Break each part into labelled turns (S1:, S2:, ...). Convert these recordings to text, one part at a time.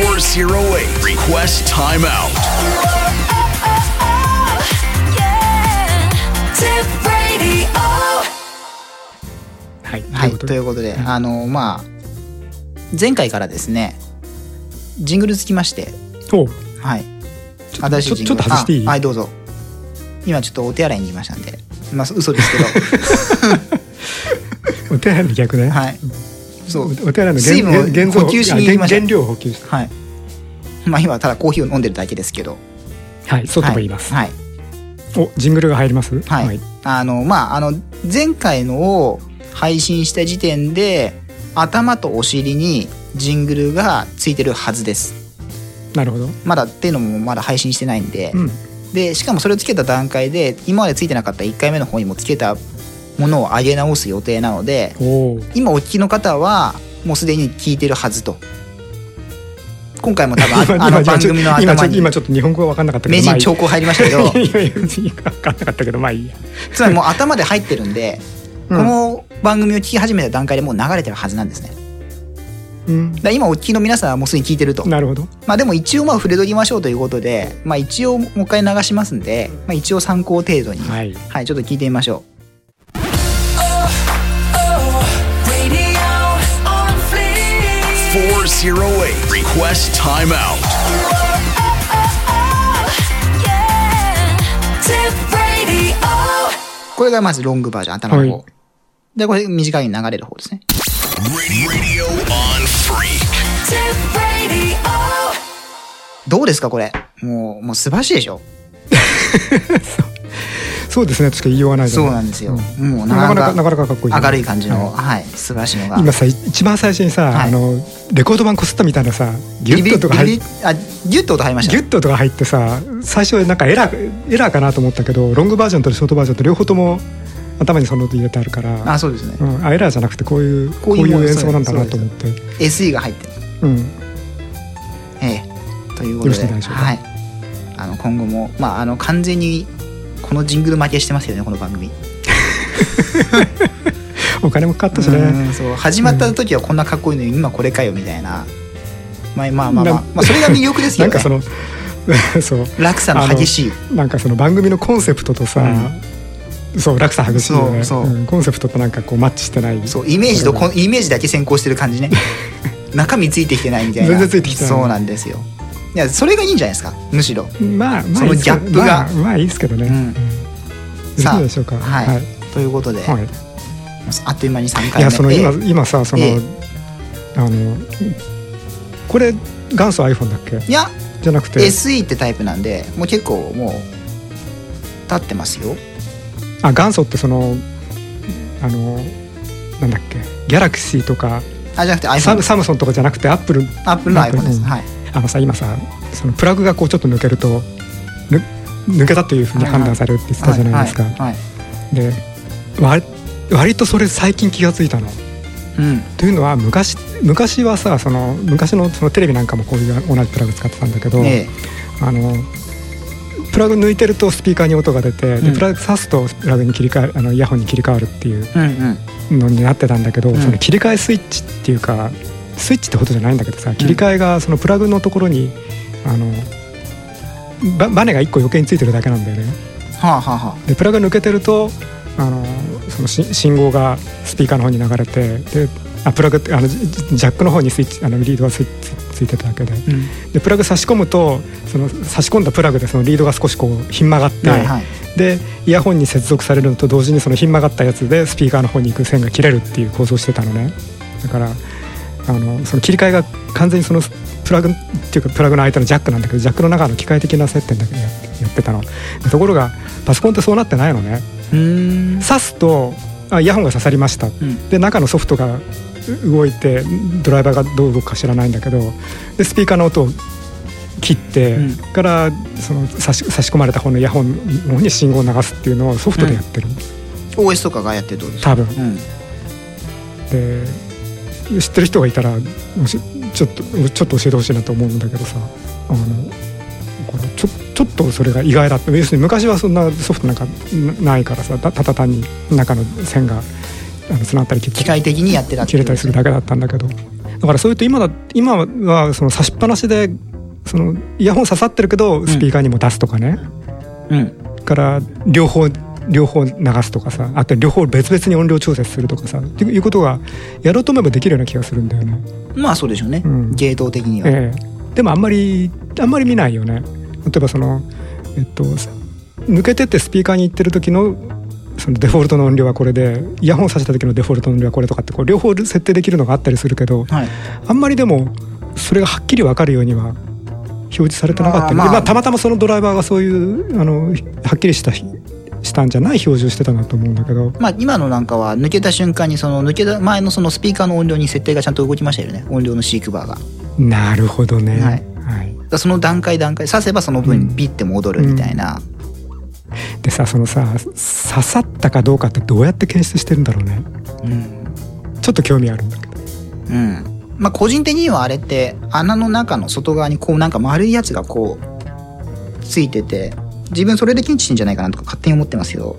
S1: 808. Request timeout.
S2: Tip radio.
S3: はい。
S4: はい、
S3: と
S4: ということで、あのまあ前回からですねジングルつきまして
S3: おう
S4: はい
S3: ちょ
S4: 新しい
S3: ちょ
S4: ジン
S3: ちょ
S4: グ
S3: っと
S4: ル
S3: 外していい
S4: あはいどうぞ今ちょっとお手洗いに行きましたんでまあ嘘ですけど
S3: お手洗いの逆 ね。
S4: はいそう
S3: おお手洗いの
S4: 水分を
S3: 原
S4: 補給しに行きましょう
S3: 原料を補給し
S4: はいまあ今はただコーヒーを飲んでるだけですけど
S3: はい。そうとも言います。
S4: はい、はい
S3: お、ジングルが入ります
S4: はいあのまああの前回のを配信した時点で頭とお尻にジングルがついてるはずです
S3: なるほど。
S4: まだっていうのもまだ配信してないんで、
S3: うん。
S4: でしかもそれをつけた段階で今までついてなかった1回目の方にもつけたものを上げ直す予定なので
S3: おお。
S4: 今お聞きの方はもうすでに聞いてるはずと今回も多分 ああの番組の
S3: 今ち
S4: 頭
S3: ょっと
S4: に
S3: 今ちょっと日本語が分かんなかったけ
S4: 名
S3: どまあ
S4: 人
S3: いい
S4: 兆候入りましたけど
S3: いやいや分かんなかったけどまあいいや
S4: つまりもう頭で入ってるんで、
S3: うん
S4: この番組を聞き始めた段階でもう流れてるはずなんですねだか
S3: うん
S4: ら今お聞きの皆さんはもうすでに聞いてると
S3: なるほど
S4: まあでも一応まあ触れときましょうということで、まあ、一応もう一回流しますんで、まあ、一応参考程度に
S3: はい
S4: はい、ちょっと聞いてみましょう
S2: Radio on fleek.
S1: 408. Request timeout.
S2: Yeah. Tip radio.
S4: これがまずロングバージョン、頭の方。
S3: はい
S4: で、これ短いに流れる方ですね。
S1: Radio, radio on Freak.
S2: Tip radio.
S4: どうですか、これ。もう、もう素晴らしいでしょ。
S3: そうですねちょっと言いようがない
S4: そうな
S3: で
S4: んですよ。もう
S3: なか
S4: なか
S3: な
S4: な
S3: かな
S4: か
S3: かなかかっこいい
S4: 明るい感じの、
S3: は
S4: はい、素晴らしいのが。
S3: 今さ一番最初にさ、
S4: はい
S3: あのレコード盤こすったみたいなさギュッととか入
S4: ビ
S3: っ
S4: リビリあ、ギュッと音入りました
S3: ギュ
S4: ね。
S3: ッととか入ってさ最初なんかエラーエラーかなと思ったけどロングバージョンとショートバージョンと両方とも頭にその音入れてあるから
S4: あ、そうですね
S3: う。ん、あエラーじゃなくてこういうこ
S4: こう
S3: う
S4: いう
S3: い
S4: もん
S3: う演奏なんだなと思ってう
S4: SE が入ってる。
S3: ん
S4: ええ。ということ
S3: よろしい
S4: で、
S3: でしょうか
S4: はい。あの、今後も、まあ、あの、完全に、このジングル負けしてますよね、この番組。
S3: お金もかかったしね
S4: うんそう始まった時はこんなかっこいいのに今これかよみたいな、まあまあまあまあ、まあ、それが魅力です
S3: な
S4: よ
S3: んか
S4: ね
S3: その そう
S4: 落差の激しい
S3: なんかその番組のコンセプトとさ、そう落差激しいよね
S4: そうそうん
S3: コンセプトとなんかこうマッチしてない
S4: そうイメージとこ
S3: これ
S4: んイメージだけ先行してる 感じね中身ついてきてないみたいな
S3: 全然ついてきてない
S4: そうなんですよいやそれがいいんじゃないですかむしろ
S3: まあまあ
S4: その
S3: いいですけど
S4: ギャップが
S3: まあ、まあいいですけどね、
S4: うん
S3: い
S4: さあ
S3: いでしょうか
S4: はい、
S3: はい
S4: ということで、
S3: はい
S4: あっという間に3
S3: い
S4: 回目
S3: やその今
S4: ええ
S3: 今さその、
S4: ええ
S3: あのこれ元祖 iPhone だっけ
S4: いや
S3: じゃなくて
S4: SE ってタイプなんでもう結構もう経ってますよ
S3: あ元祖ってそのあのなんだっけギャラクシーとか
S4: あじゃなくて
S3: サム
S4: iPhone
S3: サムソンとかじゃなくてアップル
S4: アップルの iPhone です
S3: うん
S4: はい
S3: あのさ今さそのプラグがこうちょっと抜けるとぬ抜けたというふうに判断されるって言ってたじゃないですか、
S4: はいはいはい
S3: で割割とそれ最近気が付いたの。
S4: うん
S3: というのは昔昔はさその昔のそのテレビなんかもこういう同じプラグ使ってたんだけど、
S4: ええ
S3: あのプラグ抜いてるとスピーカーに音が出て、
S4: う
S3: で
S4: ん
S3: プラグ挿すとプラグに切り替えあのイヤホンに切り替わるっていう
S4: うんうん
S3: のになってたんだけど、
S4: うん
S3: その切り替えスイッチっていうかスイッチってことじゃないんだけどさ切り替えがそのプラグのところにあのばバネが1個余計についてるだけなんだよね。
S4: はあはあはあ
S3: でプラグ抜けてるとあのそのし信号がスピーカーの方に流れてであプラグってあのジジジャックの方にスイッチあのリードがスイッチついてたわけで
S4: うん
S3: でプラグ差し込むとその差し込んだプラグでそのリードが少しこうひん曲がって、
S4: はいはい
S3: でイヤホンに接続されるのと同時にそのひん曲がったやつでスピーカーの方に行く線が切れるっていう構造してたのねだからあのその切り替えが完全にそのプラグっていうかプラグの間のジャックなんだけどジャックの中の機械的な接点だけややってたのでところがパソコンってそうなってないのね
S4: うーん
S3: 挿すとあイヤホンが刺さりました
S4: うん
S3: で中のソフトがう動いてドライバーがどう動くか知らないんだけどでスピーカーの音を切って、
S4: うん
S3: からその差し差し込まれた方のイヤホンの方に信号を流すっていうのをソフトでやってる、
S4: OS とかがやってるってことですか
S3: 多分
S4: うん
S3: で知ってる人がいたらしちょっとちょっと教えてほしいなと思うんだけどさあのこれちょちょっとそれが意外だった要するに昔はそんなソフトなんかなないからさたただ単に中の線があのつながったり切っ
S4: 機
S3: たり
S4: 械的にやってたって
S3: 切れ
S4: こと
S3: た
S4: で
S3: りす
S4: すね
S3: るだけだったんだけどだからそういうと今だ今はその差しっぱなしでそのイヤホン刺さってるけどスピーカーにも出すとかね、
S4: うん
S3: から両方両方流すとかさあと両方別々に音量調節するとかさっていうことがやろうと思えばできるような気がするんだよね。
S4: まあそうでしょうね、
S3: うん
S4: 芸当的には、
S3: ええ、でもあんまりあんまり見ないよね例えばそのえっとさ抜けてってスピーカーに行ってる時のそのデフォルトの音量はこれでイヤホンさした時のデフォルトの音量はこれとかってこう両方設定できるのがあったりするけど
S4: はい
S3: あんまりでもそれがはっきり分かるようには表示されてなかったり
S4: まあまあ
S3: まあ、たまたまそのドライバーがそういうあのはっきりしたしたんじゃない表示をしてたなと思うんだけど
S4: まあ今のなんかは抜けた瞬間にその抜けた前のそのスピーカーの音量に設定がちゃんと動きましたよね音量の飼育バーがだか
S3: なるほどね、
S4: はい
S3: はい、
S4: らその段階段階刺せばその分ビッて戻るみたいな、
S3: でさそのさ刺さったかどうかってどうやって検出してるんだろうねちょっと興味あるんだけど
S4: うん。まあ、個人的にはあれって穴の中の外側にこうなんか丸いやつがこうついてて自分それで検知してんじゃないかなとか勝手に思ってますけど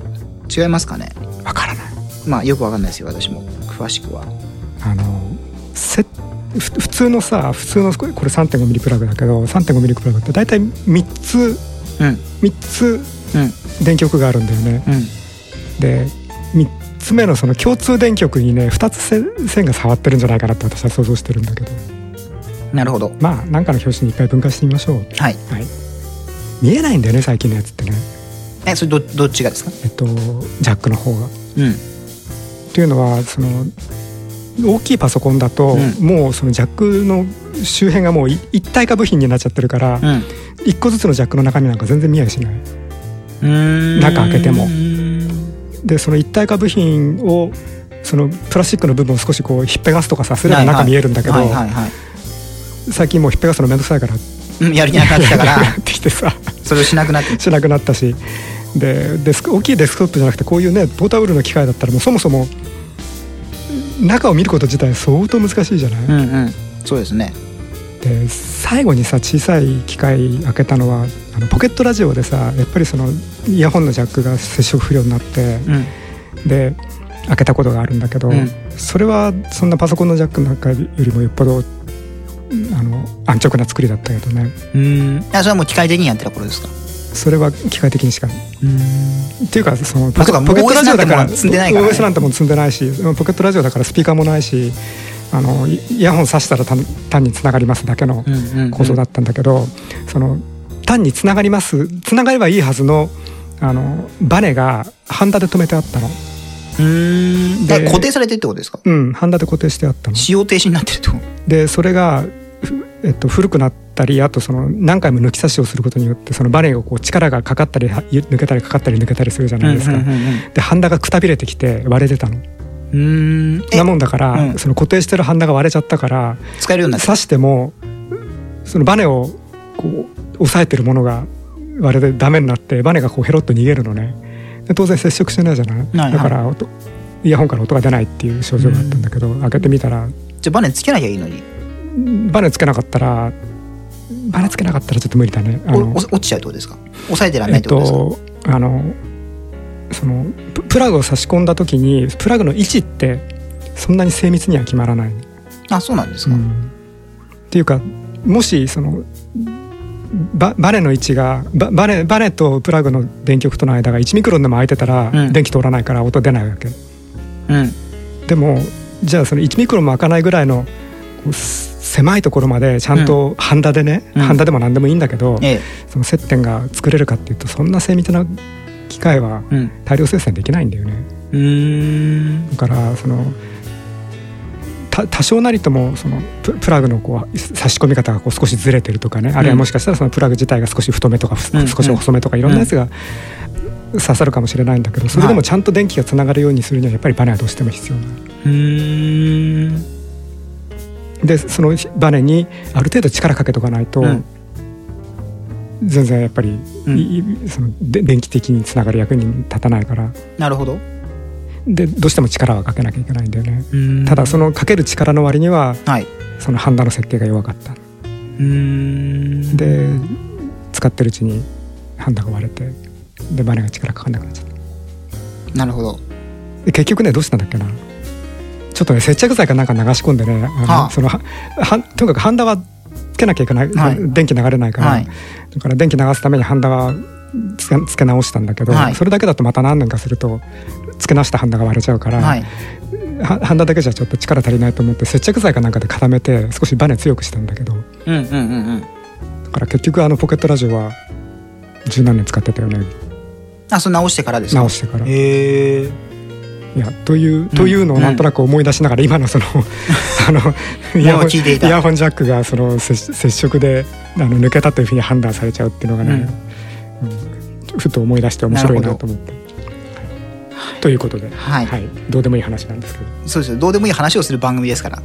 S4: 違いますかね
S3: わからない
S4: まあよくわかんないですよ私も詳しくは
S3: あのせふ普通のさ普通のこれこれ 3.5mm プラグだけど 3.5mm プラグって大体3つ
S4: うんうん
S3: 3つ電極があるんだよね
S4: うん
S3: で3つ目のその共通電極にね2つせ線が触ってるんじゃないかなって私は想像してるんだけど
S4: なるほど
S3: まあ何かの表紙に一回分解してみましょう
S4: はい
S3: はい見えないんだよね最近のやつってね
S4: えそれどどっちがですか
S3: えっとジャックの方が
S4: うん
S3: っていうのはその大きいパソコンだと、
S4: うん
S3: もうそのジャックの周辺がもうい一体化部品になっちゃってるから、
S4: うん
S3: 一個ずつのジャックの中身なんか全然見やしないう
S4: ーん
S3: 中開けても
S4: うーん
S3: でその一体化部品をそのプラスチックの部分を少しこうひっぺがすとかさすれば
S4: はいは
S3: 中
S4: い
S3: 見えるんだけど、
S4: はいはいはい
S3: 最近もうひっぺがすのめんどくさいから
S4: うんやる気なくなってきたから
S3: やってきてさ
S4: それをしなくなって
S3: しなくなったしでデスク大きいデスクトップじゃなくてこういうねポータブルの機械だったらもうそもそも中を見ること自体相当難しいじゃない、
S4: うんうんそうですね
S3: で最後にさ小さい機械開けたのはあのポケットラジオでさやっぱりそのイヤホンのジャックが接触不良になって
S4: うん
S3: で開けたことがあるんだけど、
S4: うん
S3: それはそんなパソコンのジャックなんかよりもよっぽどあの安直な作りだったけどね
S4: うんあそれはもう機械的にやってた頃ですか
S3: それは機械的にしかっていうかその
S4: あそうか
S3: ポケットラジオだから
S4: OS なんてもう積んでないからね
S3: OS なんてもう積んでないしポケットラジオだからスピーカーもないしあのイイヤホン挿したら単単につながりますだけの
S4: うんうん
S3: 構造だったんだけど、その単につながりますつながればいいはずのあのバネがハンダで止めてあったの
S4: うーんだか
S3: で
S4: ら固定されてるってことですか
S3: うんハンダで固定してあったの
S4: 使用停止になってるってこと
S3: でそれが、ふえっと、古くなったりあとその何回も抜き差しをすることによってそのバネがこう力がかかったりは抜けたりかかったり抜けたりするじゃないですか、でハンダがくたびれてきて割れてたの
S4: うんうんうんうー
S3: なんもんだから、
S4: うん
S3: その固定してるハンダが割れちゃったから
S4: え使えるようになった
S3: 刺してもそのバネをこう押さえてるものが割れてダメになってバネがこうヘロッと逃げるのねで当然接触してないじゃない、
S4: はい
S3: だから音イヤホンから音が出ないっていう症状があったんだけど、開けてみたら
S4: じゃあバネつけなきゃいいのに
S3: バネつけなかったらバネつけなかったらちょっと無理だねあ
S4: お
S3: の
S4: お落ちちゃうってことですか押さえてらんな
S3: え
S4: いっ
S3: って
S4: ことですか、
S3: とあのそのププラグを差し込んだ時にプラグの位置ってそんなに精密には決まらない
S4: あそうなんですか、
S3: うんっていうかもしそのババネの位置がババネバネとプラグの電極との間が1ミクロンでも空いてたら
S4: うん
S3: 電気通らないから音出ないわけ、
S4: うん
S3: でもじゃあその1ミクロンも開かないぐらいのこうす狭いところまでちゃんとハンダでね、
S4: うん
S3: ハンダでも何でもいいんだけど、
S4: ええ
S3: その接点が作れるかっていうとそんな精密な機械は
S4: うん
S3: 大量生産できないんだよね。
S4: うーん
S3: だからそのた多少なりともそのププラグのこう差し込み方がこう少しずれてるとかねあるいはもしかしたらそのプラグ自体が少し太めとか、ふ
S4: うん
S3: 少し細めとかいろんなやつが刺さるかもしれないんだけどそれでもちゃんと電気がつながるようにするにはやっぱりバネはどうしても必要な
S4: うーん
S3: でそのバネにある程度力かけとかないと、
S4: うん
S3: 全然やっぱり、
S4: うん
S3: いいそので電気的につながる役に立たないから
S4: なるほど
S3: でどうしても力はかけなきゃいけないんだよね。ただそ
S4: の
S3: のかける力の割には
S4: はいう
S3: そのハンダの設計が弱かった
S4: ーん
S3: で使ってるうちにハンダが割れてでバネが力かかんなくなっちゃった
S4: なるほど
S3: で結局ねどうしたんだっけなちょっとね接着剤かなんか流し込んでねあの
S4: はあ
S3: そのははとにかくハンダはつけなきゃいけない、
S4: はい
S3: 電気流れないから、
S4: はい
S3: だから電気流すためにハンダはつけつけ直したんだけど、
S4: はい
S3: それだけだとまた何年かするとつけ直したハンダが割れちゃうから、
S4: はい
S3: はハンダだけじゃちょっと力足りないと思って接着剤かなんかで固めて少しバネ強くしたんだけどだ
S4: うんうんうんうん
S3: から結局あのポケットラジオは十何年使ってたよね
S4: あそれ直してからですか
S3: 直してから。
S4: へえ
S3: いやというというのをなんとなく思い出しながら、今のその あ のイヤホン
S4: 聞いていた
S3: イヤホンジャックがその接接触であの抜けたというふうに判断されちゃうっていうのがね、うんふと思い出して面白いなと思って。はいということで、
S4: はい
S3: どうでもいい話なんですけ
S4: そうですよどうでもいい話をする番組ですから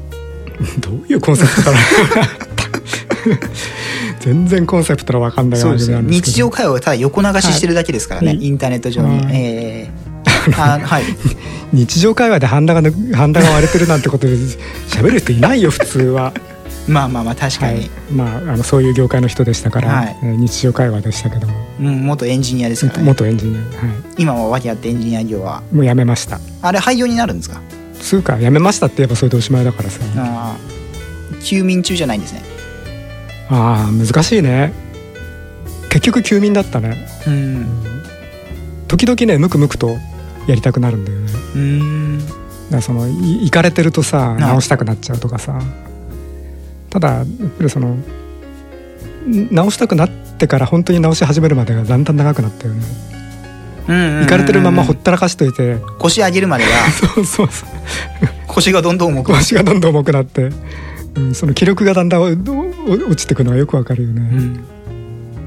S3: ど どういうコンセプトかな全然コンセプトの分かんない
S4: そう
S3: 番
S4: です
S3: 組な
S4: よ
S3: んですけど
S4: 日常会話をただ横流ししてるだけですからね、
S3: はい
S4: インターネット上に、
S3: はい
S4: えー あはい
S3: 日常会話でハンダが抜ハンダが割れてるなんて ことで喋る人いないよ普通は。
S4: まあまあまあ確か
S3: は
S4: に、
S3: い、まああのそういう業界の人でしたから、
S4: はい
S3: えー日常会話でしたけども、
S4: うん、元エンジニアですから、ね、
S3: 元エンジニア、は、
S4: 今は訳あってエンジニア業はい
S3: もう辞めました
S4: あれ廃業になるんですか
S3: つうか辞めましたって言えばそれでおしまいだからさ、あ
S4: あー休眠中じゃないんですね
S3: あー難しいね結局休眠だったね
S4: うん
S3: 時々ねムクムクとやりたくなるんだよねだか
S4: うん
S3: らそのい行かれてるとさ直したくなっちゃうとかさ、ただやっぱりそのん直したくなってから本当に直し始めるまでがだんだん長くなったよね行かれてるままほったらかしといて、
S4: 腰上げるまでは
S3: そうそうそう
S4: 腰がどんどん重くなる
S3: 腰がどんどん重くなって、うん、その気力がだんだんおお落ちてくのはよくわかるよ
S4: う
S3: ね。
S4: ん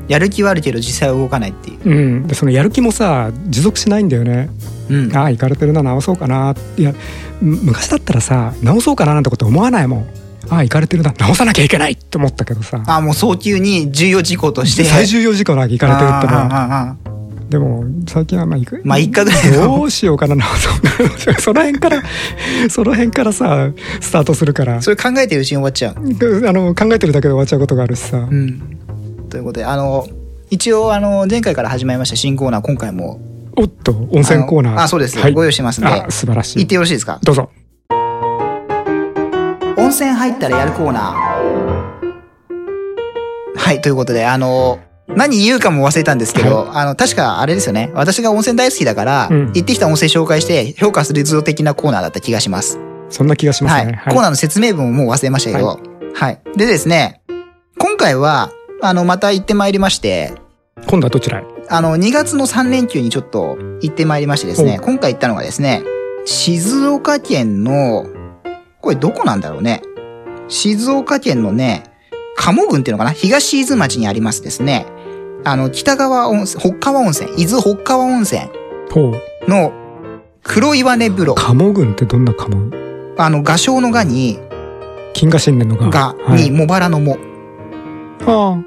S4: やる気はあるけど実際は動かないっていう、
S3: うん、でそのやる気もさ持続しないんだよね。
S4: うん、
S3: ああ行かれてるな直そうかないやむ昔だったらさ直そうかななんてこと思わないもん。ああ行かれてるな直さなきゃいけないって思ったけどさ
S4: あもう早急に重要事項として
S3: 最重要事項なわけ行かれてるってのは
S4: あーあーあーあ
S3: でも最近はまあ行く
S4: まあ一回ぐらいの
S3: どうしようかな直そうか なその辺からその辺からさスタートするから
S4: ーそれ考えてるうちに終わっちゃう、
S3: あの考えてるだけで終わっちゃうことがあるしさ。
S4: うん、ということであの一応あの前回から始まりました新コーナー今回も
S3: おっと、温泉コーナ
S4: あ
S3: ー。
S4: のあそうですご用意してますんで
S3: あ素晴らし
S4: 行っ
S3: い
S4: て。よろしいですか
S3: どうぞ。
S4: 温泉入ったらやるコーナーはいということであの何言うかも忘れたんですけど、あの、確かあれですよね。私が温泉大好きだから、
S3: うん
S4: 行ってきた温泉紹介して評価するぞ的なコーナーだった気がします。
S3: そんな気がしま
S4: は
S3: す
S4: い
S3: ね。。
S4: コーナーの説明文をもう忘れましたけど。
S3: は
S4: はい。でですね、今回は、あの、また行ってまいりまして、
S3: 今度はどちらへ
S4: あの、2月の3連休にちょっと行ってまいりましてですね、
S3: お
S4: 今回行ったのがですね、静岡県の、これどこなんだろうね。静岡県のね、鴨郡っていうのかな東伊豆町にありますですね。あの、北川温泉、北川温泉、伊豆北川温泉
S3: ほう。
S4: の黒岩根風呂。
S3: 鴨郡ってどんな鴨
S4: あの、画商の画に、
S3: 金河神殿の
S4: が
S3: が。、は
S4: に、
S3: い
S4: 茂原のも、
S3: あ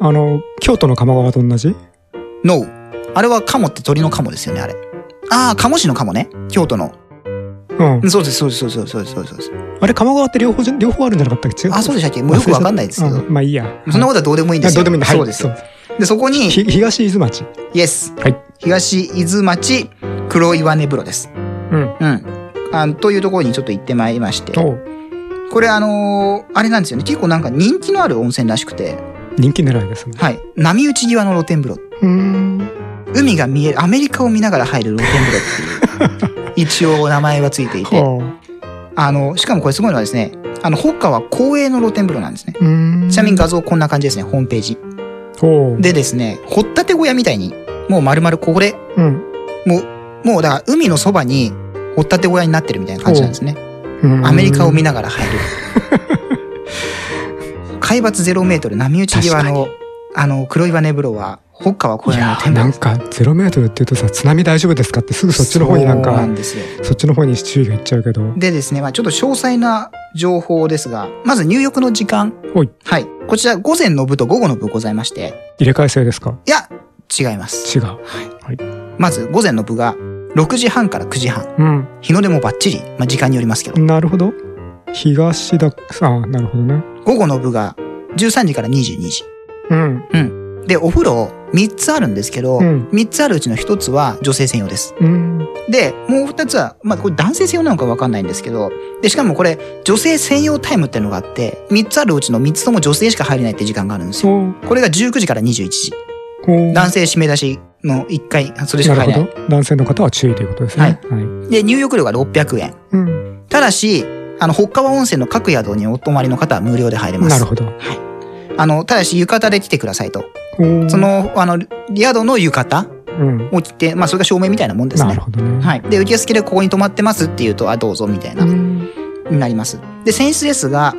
S3: あ。あの、京都の鴨川と同じ
S4: の、あれは鴨って鳥の鴨ですよね、あれ。ああ、鴨市の鴨ね。京都の。
S3: うん。
S4: そうです、そうです、そうです、そうです、そうです。
S3: あれ、鴨川って両方じゃ、両方あるんじゃなかったっけ違う。
S4: あ、そうでしたっけもうよくわかんないですけど
S3: あ。まあいいや。
S4: そんな
S3: こ
S4: ことはどうでもいいんです
S3: ど
S4: よ。
S3: うでもいいんだ。はい
S4: そうですよ。
S3: う
S4: で、そこに、
S3: ひ東伊豆町。
S4: イエス。
S3: はい。
S4: 東伊豆町黒岩根風呂です。
S3: うん。
S4: うん。あのというところにちょっと行ってまいりまして。
S3: おう
S4: これあのーあれなんですよね。結構なんか人気のある温泉らしくて。
S3: 人気狙いですね。
S4: はい。波打ち際の露天風呂。
S3: うーん。
S4: 海が見える、アメリカを見ながら入る露天風呂 っていう。一応名前はついていて。
S3: ほう。
S4: あの、しかもこれすごいのはですね、あの、北川公営の露天風呂なんですね。
S3: うーん。
S4: ちなみに画像こんな感じですね、ホームページ。
S3: ほう。
S4: でですね、掘ったて小屋みたいに、もう丸々これ、
S3: うん。
S4: もう、もうだから海のそばに掘ったて小屋になってるみたいな感じなんですね。
S3: うん。
S4: アメリカを見ながら入 る。海抜ゼロメートル波打ち際の、あの、黒岩根風呂は、北川小
S3: い
S4: 屋
S3: や
S4: の
S3: ー
S4: 天
S3: なん
S4: 幕。
S3: かゼロメートルっていうとさ津波大丈夫ですかってすぐそっちの方になん
S4: そう
S3: か
S4: なんですよ。
S3: そっちの方に注意がいっちゃうけど。
S4: でですね、まあちょっと詳細な情報ですが、まず入浴の時間。
S3: おい、
S4: はい。こちら午前の部と午後の部ございまして、
S3: 入れ替え制ですか
S4: いや、違います。
S3: 違う。
S4: まず午前の部が、6時半から9時半。
S3: う
S4: 日の出もバッチリ、まあ、時間によりますけど、
S3: ん。なるほど。東だ、あなるほどね。
S4: 午後の部が13時から22時。
S3: うん。
S4: で、お風呂3つあるんですけど、
S3: うん
S4: 3つあるうちの1つは女性専用です。
S3: うん
S4: で、もう2つは、まあこれ男性専用なのかわかんないんですけど、で、しかもこれ女性専用タイムっていうのがあって、3つあるうちの3つとも女性しか入れないって時間があるんですよ。
S3: お
S4: これが19時から21時。
S3: お
S4: 男性締め出しの1回、それしか
S3: な
S4: 入れ
S3: る
S4: な
S3: ほ
S4: い。
S3: ど男性の方は注意ということですねはい、
S4: で、入浴料が600円。
S3: うん、
S4: ただし、あの、北川温泉の各宿にお泊まりの方は無料で入れます。
S3: なるほど
S4: あの、ただし浴衣で来てくださいと。
S3: お
S4: そ、の、あの、宿の浴衣
S3: うん、
S4: を着て、まあ、それが照明みたいなもんです
S3: な
S4: ね
S3: る。ほどね
S4: はい。で、受付でここに泊まってますって言うと、あ、どうぞみたいな、
S3: うん
S4: になります。で、泉質ですが、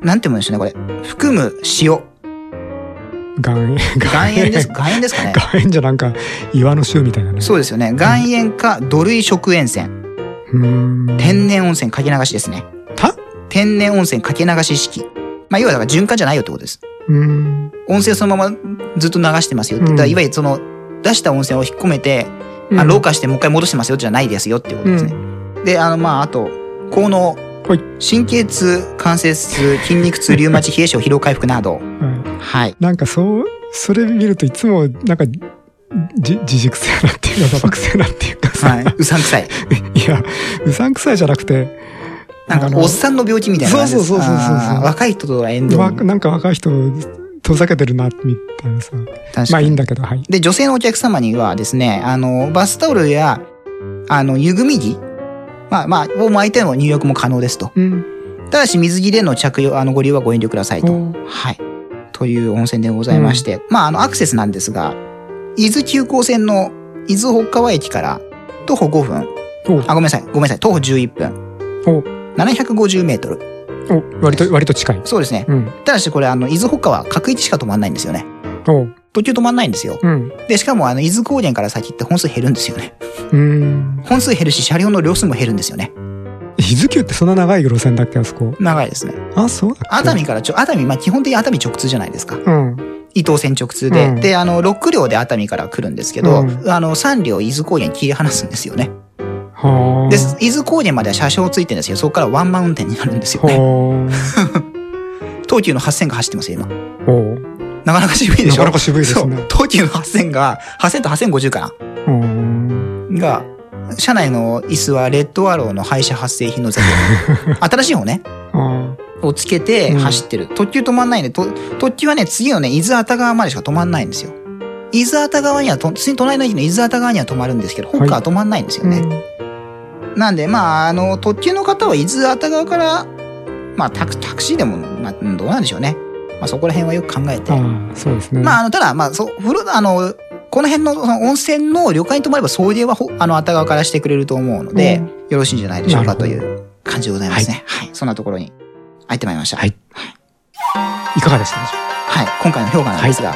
S4: なんて言うんでしょうね、これ。含む塩。
S3: 岩塩
S4: 岩 塩です。岩塩ですかね。
S3: 岩塩じゃなんか岩の州みたいなね
S4: そうですよね。岩塩か土類食塩泉。
S3: うーん
S4: 天然温泉かけ流しですね。
S3: た
S4: 天然温泉かけ流し式。まあ、要はだから循環じゃないよってことです。
S3: うん
S4: 温泉そのままずっと流してますよって。
S3: うん
S4: だからいわゆるその、出した温泉を引っ込めて、
S3: う
S4: あ
S3: ん
S4: 老化してもう一回戻してますよじゃないですよっていうことですね。で、あの、まあ、あと、効能。
S3: はい
S4: 神経痛、関節痛、筋肉痛、リウマチ、冷え症、疲労回復など。
S3: はい
S4: はい。
S3: なんかそうそれ見るといつもなんかじ自軸性なっていうかババク性なっていうかさ、
S4: はい。うさんくさ い。
S3: い、やうさんくさいじゃなくて
S4: なん
S3: あ
S4: か、
S3: の
S4: おっさんの病気みたいな感じです。
S3: そうそうそうそうそう
S4: あー若い人とは縁遠
S3: わ
S4: 慮。
S3: なんか若い人遠ざけてるなみたいなさ
S4: 確
S3: ま
S4: か
S3: あい
S4: に
S3: い。んだけどはい
S4: で、女性のお客様にはですね、あの、バスタオルや、あの、湯組み着、まあまあ、を巻いての入浴も可能ですと。
S3: うん
S4: ただし、水着での着用、あの、ご利用はご遠慮くださいと。
S3: お
S4: はい。という温泉でございまして、まあ、あの、アクセスなんですが、伊豆急行線の伊豆北川駅から徒歩5分、
S3: お
S4: あ、ごめんなさい、ごめんなさい、徒歩11分、
S3: お
S4: 750メートル。
S3: お割と割と近い
S4: そうですね。
S3: うん
S4: ただし、これ、あの、伊豆北川は各一しか止まんないんですよね。
S3: おう
S4: 途中止まんないんですよ。
S3: うん
S4: で、しかも、あの、伊豆高原から先って本数減るんですよね。
S3: うん
S4: 本数減るし、車両の両数も減るんですよね。
S3: 伊豆急ってそんな長い路線だっけあそこ
S4: 長いですね。
S3: あそうだっけ
S4: 熱海からちょ、熱海、まあ基本的に熱海直通じゃないですか。
S3: うん
S4: 伊東線直通で。
S3: うん
S4: で、あの、6両で熱海から来るんですけど、
S3: うん
S4: あの、3両伊豆高原切り離すんですよね。
S3: はあ
S4: で、伊豆高原までは車掌ついてるんですけど、そこからワンマウンテンになるんですよね。
S3: はあ
S4: 東急の8000が走ってますよ、今。
S3: おう
S4: なかなか渋いでしょ
S3: なかなか渋いですね
S4: そう東急の8000が、8000と8050か
S3: うん
S4: なが、車内の椅子はレッドアローの廃車発生品の全 部。新しい方ね。
S3: あ
S4: をつけて
S3: うん
S4: 走ってる。特急止まんないんで、と特急はね、次のね、伊豆熱川までしか止まんないんですよ。伊豆熱川にはと、次隣の駅の伊豆熱川には止まるんですけど、北海は止まんないんですよ
S3: う
S4: ね。
S3: ん
S4: なんで、まあ、あの、特急の方は伊豆熱川から、まあ、タクタクシーでも、まあ、うんどうなんでしょうね。まあ、そこら辺はよく考えて。
S3: ああそうですね
S4: まあ、あの、ただ、まあ、そう、風呂、あの、この辺のその温泉の旅館に泊まれば送迎はほ、あの、熱川からしてくれると思うので、
S3: うん
S4: よろしいんじゃないでしょうか
S3: な
S4: とい
S3: るほど
S4: う感じでございますね。はい。そんなところに入ってまいりました。
S3: はいいかがでしたでしょ
S4: はい、今回の評価なんですが、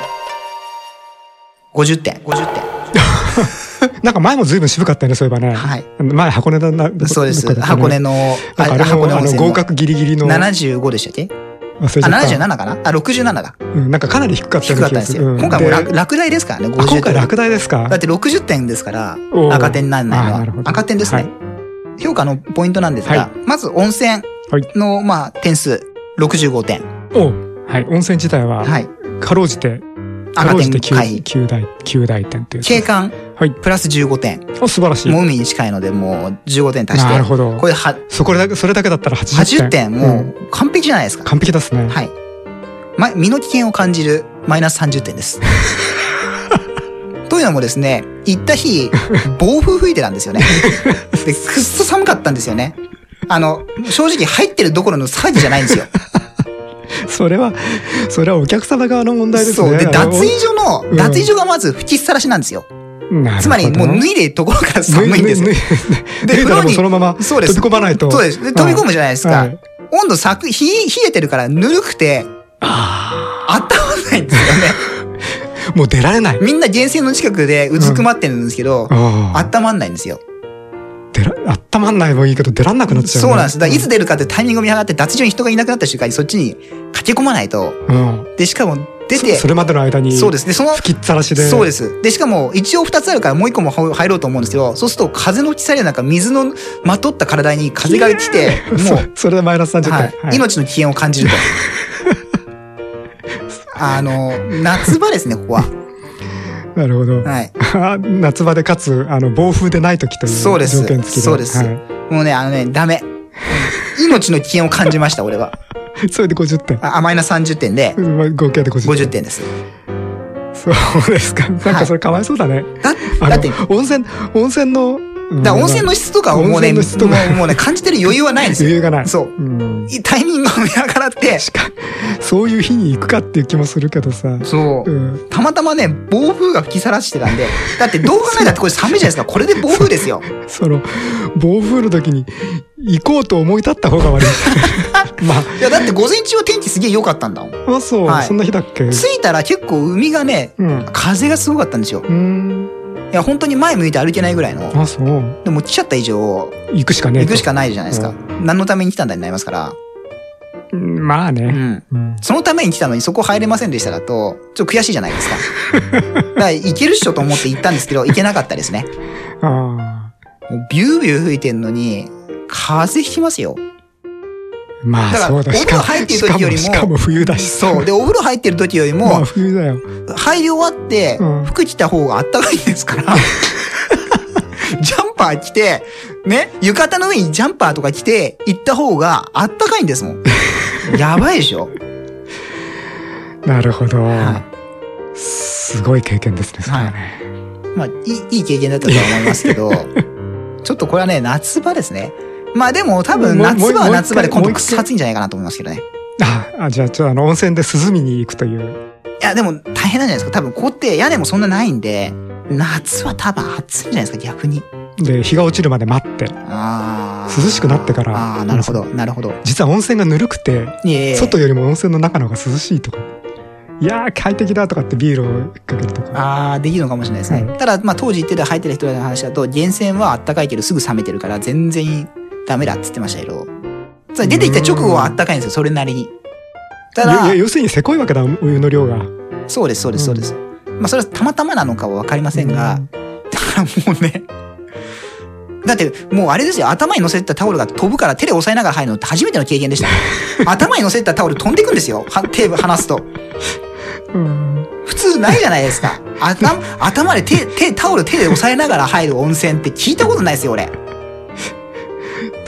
S4: 50点。50点。
S3: うかなんか前も随分渋かったよねそういえばね
S4: はい
S3: 前箱根だな
S4: そうです。
S3: どこだったね
S4: 箱根の、あ
S3: なんかあれ
S4: 箱根
S3: もあ
S4: 温
S3: の
S4: 泉
S3: 合
S4: の。
S3: 格ギリギリの
S4: 75でしたっけ
S3: 忘れち
S4: あ、
S3: ゃった
S4: 77かなあ、67だ。
S3: うんなんかかなり低かった
S4: 低
S3: よう
S4: か
S3: な気が
S4: ったんですす
S3: る
S4: よ。
S3: うん
S4: 今回も
S3: で
S4: 落落第ですからね、
S3: あ
S4: 50
S3: 今
S4: 点。
S3: 回落第です
S4: だ
S3: か
S4: って60点ですから
S3: お、ー
S4: 赤点にならない
S3: あーな
S4: の
S3: るほ
S4: は。
S3: ど
S4: 赤点ですね。
S3: は
S4: 評価のポイントなんですが、
S3: は
S4: まず温泉
S3: はい
S4: の、まあ、点数、65点。
S3: おうはい温泉自体は
S4: はい。
S3: かろうじてか
S4: 赤
S3: ろうじ
S4: 点
S3: て
S4: 回避。
S3: 9大九大点という
S4: 景観、
S3: はい
S4: プラス15点。
S3: お素晴らしい
S4: もう海に近いので、もう15点足して。
S3: なるほど
S4: これは、
S3: そこだけそれだけだったら80
S4: 80
S3: 点
S4: 点、もう完璧じゃないです
S3: うん
S4: か。
S3: 完璧ですね、
S4: はい。ま、身の危険を感じるマイナス30 点です。というのもですね、行った日、暴風吹いてたんですよね。で、くっそ寒かったんですよね。あの、正直入ってるどころの騒ぎじゃないんですよ。
S3: それはそれはお客様側の問題ですね
S4: そう。で、
S3: あの
S4: 脱衣所の、
S3: うん
S4: 脱衣所がまず吹きさらしなんですよ。
S3: なるほど
S4: つまり、もう脱いでるところから寒いんですよ。
S3: 脱い
S4: で
S3: 脱いだらもう
S4: 風呂に
S3: そのまま
S4: そう
S3: 飛
S4: で
S3: び
S4: す
S3: 込まないと
S4: そうです。で飛び込むじゃないですか。
S3: はい
S4: 温度さく、冷え、冷えてるからぬるくて、あったまんないんですよね。
S3: もう出られない
S4: みんな源泉の近くでうずくまってるんですけど、
S3: あ
S4: 温まんないんですよ。
S3: 出らあったまんないもいいけど出らんなくなっちゃう、ね、
S4: そうなんです。だからいつ出るかってタイミングを見計らって、脱衣所に人がいなくなった瞬間にそっちに駆け込まないと。
S3: うん
S4: で、しかも出
S3: そ
S4: て、
S3: それまでの間に
S4: そうですね、その、
S3: 吹きっさらしで
S4: そうです。で、しかも一応二つあるからもう一個も入ろうと思うんですけど、そうすると風の吹きされる中、水のまとった体に風が来て、も、
S3: そう それでマイナス30点、
S4: はい、命の危険を感じると。あの、夏場ですね、ここは。
S3: なるほど。
S4: はい。
S3: あ夏場でかつあの暴風でない時という
S4: そう
S3: 条
S4: です
S3: 件付きで
S4: そうです
S3: は
S4: もうね、あのね、ダメ。命の危険を感じました、俺は。
S3: い、それで50点
S4: あマイナス30点で、
S3: うんまあ合計で50
S4: 50
S3: 点
S4: 点です。
S3: そうですかなんかそれかわいそうだね、
S4: だだ
S3: あ
S4: って、
S3: の温泉温泉のうん
S4: だから温泉の質とかをもうね、
S3: 温泉
S4: も
S3: の質とか
S4: うもうね、感じてる余裕はないんですよ。
S3: 余裕がない
S4: そうう。
S3: ん、
S4: タイミングを見計らって、
S3: しかそういう日に行くかっていう気もするけどさ、
S4: そうう。
S3: ん、
S4: たまたまね、暴風が吹きさらしてたんで、だってどう考えたって これ寒いじゃないですか。これで暴風ですよ。
S3: その暴風の時に行こうと思い立った方が悪い まあ
S4: いや、だって午前中は天気すげえ良かったんだもん。
S3: あそう、
S4: はい
S3: そんな日だっけ
S4: 着いたら結構海がね、
S3: うん
S4: 風がすごかったんですよ。
S3: うん
S4: いや、本当に前向いて歩けないぐらいの。
S3: あそう
S4: でも来ちゃった以上、
S3: 行くしかねえ
S4: 行
S3: と
S4: くしかないじゃないですか
S3: う。
S4: 何のために来たんだになりますから。
S3: うんまあ
S4: う
S3: ね、
S4: ん。
S3: うん
S4: そのために来たのにそこ入れませんでしただと、ちょっと悔しいじゃないですか。 だから行けるっしょと思って行ったんですけど、行けなかったですね。
S3: あ
S4: もうビュービュー吹いてんのに、風邪ひきますよ。
S3: あまあ
S4: だから
S3: そうだしか
S4: お風呂入ってる時よりも
S3: しかもしかも冬だしさ
S4: そう。で、お風呂入ってる時よ り
S3: まあ
S4: も、
S3: 冬だよ
S4: 入り終わって
S3: うん、
S4: 服着た方があったかいですから。 ジャンパー着て、ね、浴衣の上にジャンパーとか着て、行った方があったかいんですも ん。やばいでしょ
S3: なるほど、
S4: は
S3: すごい経験ですねそれはね、
S4: まあ、いい、いい経験だったとは思います けど、ちょっとこれはね、夏場ですね。まあでも多分
S3: もう
S4: 夏
S3: も
S4: 場
S3: う
S4: は
S3: もう
S4: 夏場で
S3: 一回も
S4: 今
S3: う
S4: 度
S3: 一回
S4: くっさ暑いんじゃないかなと思いますけどね。
S3: ああじゃあちょっとあの温泉で涼みに行くという
S4: いやでも大変なんじゃないですか。多分ここって屋根もそんなないんで、夏は多分暑いんじゃないですか、逆に。
S3: で日が落ちるまで待って
S4: ああ。
S3: 涼しくなってから
S4: ああ、なるほど、なるほど。
S3: 実は温泉がぬるくて
S4: いえいえ。
S3: 外よりも温泉の中の方が涼しいとかいやー快適だとかってビールをかけるとか
S4: ああ、できるのかもしれないですね。
S3: うん
S4: ただ、まあ当時行ってた入ってた人らの話だと、源泉はあったかいけどすぐ冷めてるから全然ダメだって言ってましたけど。つまり出てきた直後はあったかいんですよ、それなりに。ただ
S3: い、や要するにせこいわけだお湯の量が
S4: そうです、そうです、そうです。まあ、それはたまたまなのかはわかりませんが、
S3: うん
S4: だからもうね、だってもうあれですよ、頭に乗せてたタオルが飛ぶから手で押さえながら入るのって初めての経験 でした。頭に乗せてたタオル飛んでくんですよ、は手離すと。
S3: うん
S4: 普通ないじゃないですか。頭、頭で手、手、タオル手で押さえながら入る温泉って聞いたことないですよ、俺。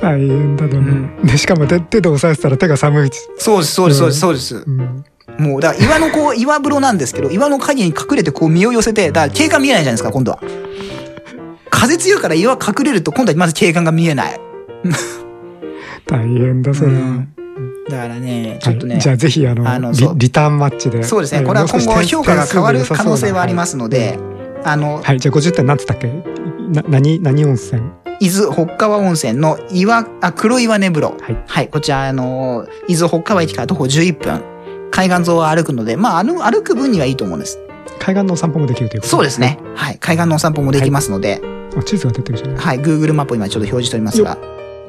S3: 大変だな、
S4: ん
S3: でしかも手手で押さえてたら手が寒いし、
S4: そうです、そうです、そうです、そうです
S3: う。ん、
S4: もう、だから岩のこう、岩風呂なんですけど、岩の影に隠れてこう身を寄せて、だから景観見えないじゃないですか、今度は。風強いから岩隠れると今度はまず景観が見えない。
S3: 大変だそれは、
S4: だからね、ち
S3: は
S4: ょ
S3: い
S4: っとね、
S3: じゃあぜひあの
S4: あの
S3: リ
S4: そう
S3: リターンマッチで
S4: そうです
S3: え
S4: ね、
S3: ー
S4: これは
S3: もう少
S4: 今
S3: し
S4: 後
S3: 点数
S4: は評価が変わる
S3: 点数で良さ
S4: 可
S3: そうな
S4: 能性はありますので、あの、
S3: はいじゃあ50点なんつったっけな何何温泉
S4: 伊豆北川温泉の岩、あ、黒岩根風呂。はいい。こちら、あの、伊豆北川駅から徒歩11分、海岸沿いを歩くので、まあ、あの、歩く分にはいいと思うんです。
S3: 海岸のお散歩もできるということ
S4: そうですね。はい。海岸のお散歩もできますので、
S3: あ地図が出てるじゃない
S4: はい、Google マップを今ちょっと表示しておりますが、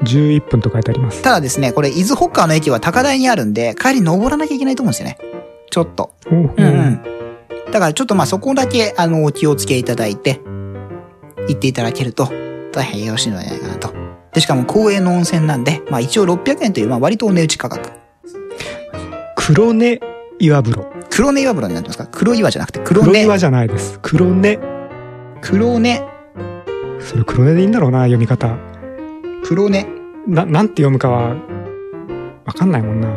S3: 11分と書いてあります
S4: ただですね、これ、伊豆北川の駅は高台にあるんで、帰り登らなきゃいけないと思うんですよね。ちょっと。
S3: ほうほう
S4: うんうん。だからちょっとまあそこだけ、あの、お気をつけいただいて、行っていただけると、大変よろしいのではないかなと。で、しかも公営の温泉なんで、まあ一応600円という、まあ割とお値打ち価格。
S3: 黒根岩風呂
S4: 黒根岩風呂になってますか黒岩じゃなくて黒
S3: 黒
S4: 根。
S3: 岩じゃないです黒根
S4: 黒根。
S3: それ黒根でいいんだろうな読み方
S4: 黒根。
S3: ななんて読むかはわかんないもんな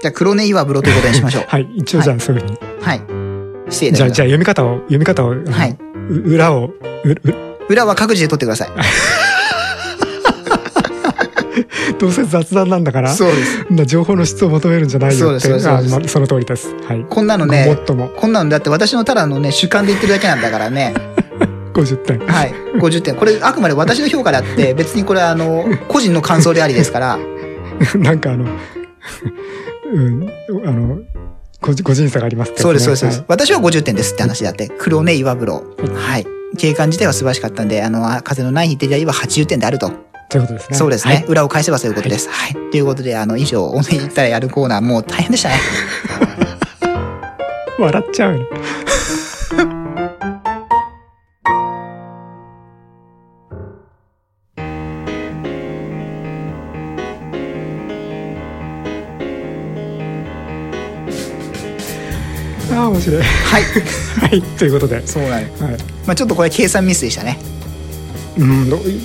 S4: じゃあ黒根岩風呂ということにしましょ う。
S3: はい一応じゃあそういうふうに、
S4: はい。失
S3: じゃあ
S4: 礼いたしまし
S3: じ
S4: た
S3: ゃあ読み方を読み方を、あの
S4: はい。
S3: う裏をうう
S4: 裏は各自で取ってください。
S3: どうせ雑談なんだから
S4: そうです。
S3: な情報の質を求めるんじゃないよって
S4: そうですそうですそうです
S3: あまその通りですはい
S4: こんなの
S3: ご
S4: ね
S3: も、っとも
S4: こんなのだって私のただのね、主観で言ってるだけなんだからね。
S3: 50点
S4: はい、50点。これ、あくまで私の評価であって、 別にこれは、あの、個人の感想でありです から、
S3: なんかあの、 うん、あの、個人個人差がありますってやつ
S4: そう
S3: ね
S4: です、そうですそうです。私は50点ですって話であって、黒根岩風呂。はい。景観自体は素晴らしかったんで、あの、風のない日であれば80点であると。
S3: はいということですね。
S4: そうですね。
S3: はい
S4: 裏を返せばそういうことです。はい。ということで、あの、以上、温泉行ったらやるコーナー、もう大変で したね。
S3: 笑っちゃうよ ね。あー面白い
S4: はい。
S3: はいということで、はい
S4: そうなんです。まあちょっとこれ計算ミスでしたね。
S3: うん、どい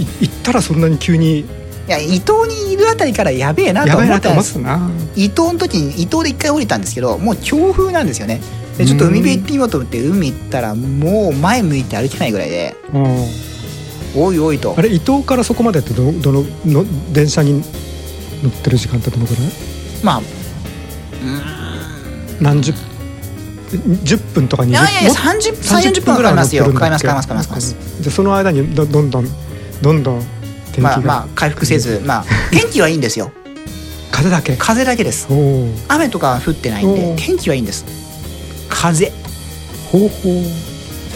S3: い行ったらそんなに急に
S4: いや、伊東にいるあたりからやべえな
S3: や
S4: と
S3: ばい
S4: 思
S3: な
S4: っ
S3: と
S4: たん
S3: 思
S4: で
S3: っ
S4: す
S3: て。な
S4: 伊東の時に伊東で一回降りたんですけど、もう強風なんですよね。で、ちょっと海辺行ってみようと思って、海行ったら、もう前向いて歩けないぐらいで、
S3: うん
S4: おいおいと
S3: あ。れ伊東からそこまでってどどのの電車に乗ってる時間ってどのぐらい
S4: まあ、
S3: 何十10分とか20
S4: い
S3: 分
S4: やいや
S3: もっと
S4: 30分30分ぐらいはかかりますよ
S3: 乗ってるんだっけ
S4: かかりますかかりますかかります
S3: じゃあその間にどどんどんどんどん天気が、
S4: まあまあ回復せず、まあ天気はいいんですよ。
S3: 風だけ
S4: 風だけです。
S3: おお
S4: 雨とかは降ってないん
S3: お
S4: で
S3: ー
S4: 天気はいいんです。風
S3: 方法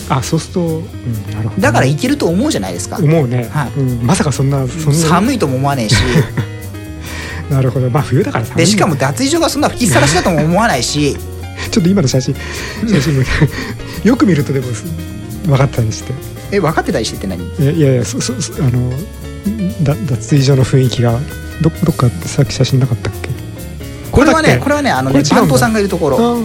S3: あそうすると、うん、なるほど
S4: だから行けると思うじゃないですか。
S3: 思うね、
S4: はい
S3: うん、まさかそんなそんな
S4: 寒いとも思 わねえし、
S3: なるほどまあ冬だから寒い
S4: でしかも脱衣所がそんな吹きさらしだとも思わないし、
S3: ちょっと今の写真写真も よく見るとでもす分かったりして
S4: え分かってたりしてって何？
S3: いやいやいやそそそあのだ脱衣所の雰囲気がどどっかさっき写真なかったっけ
S4: これは
S3: だっ
S4: ね
S3: け
S4: これはねあの
S3: こ
S4: ね
S3: れ違うんだ
S4: 番頭さんがいるところ、
S3: あ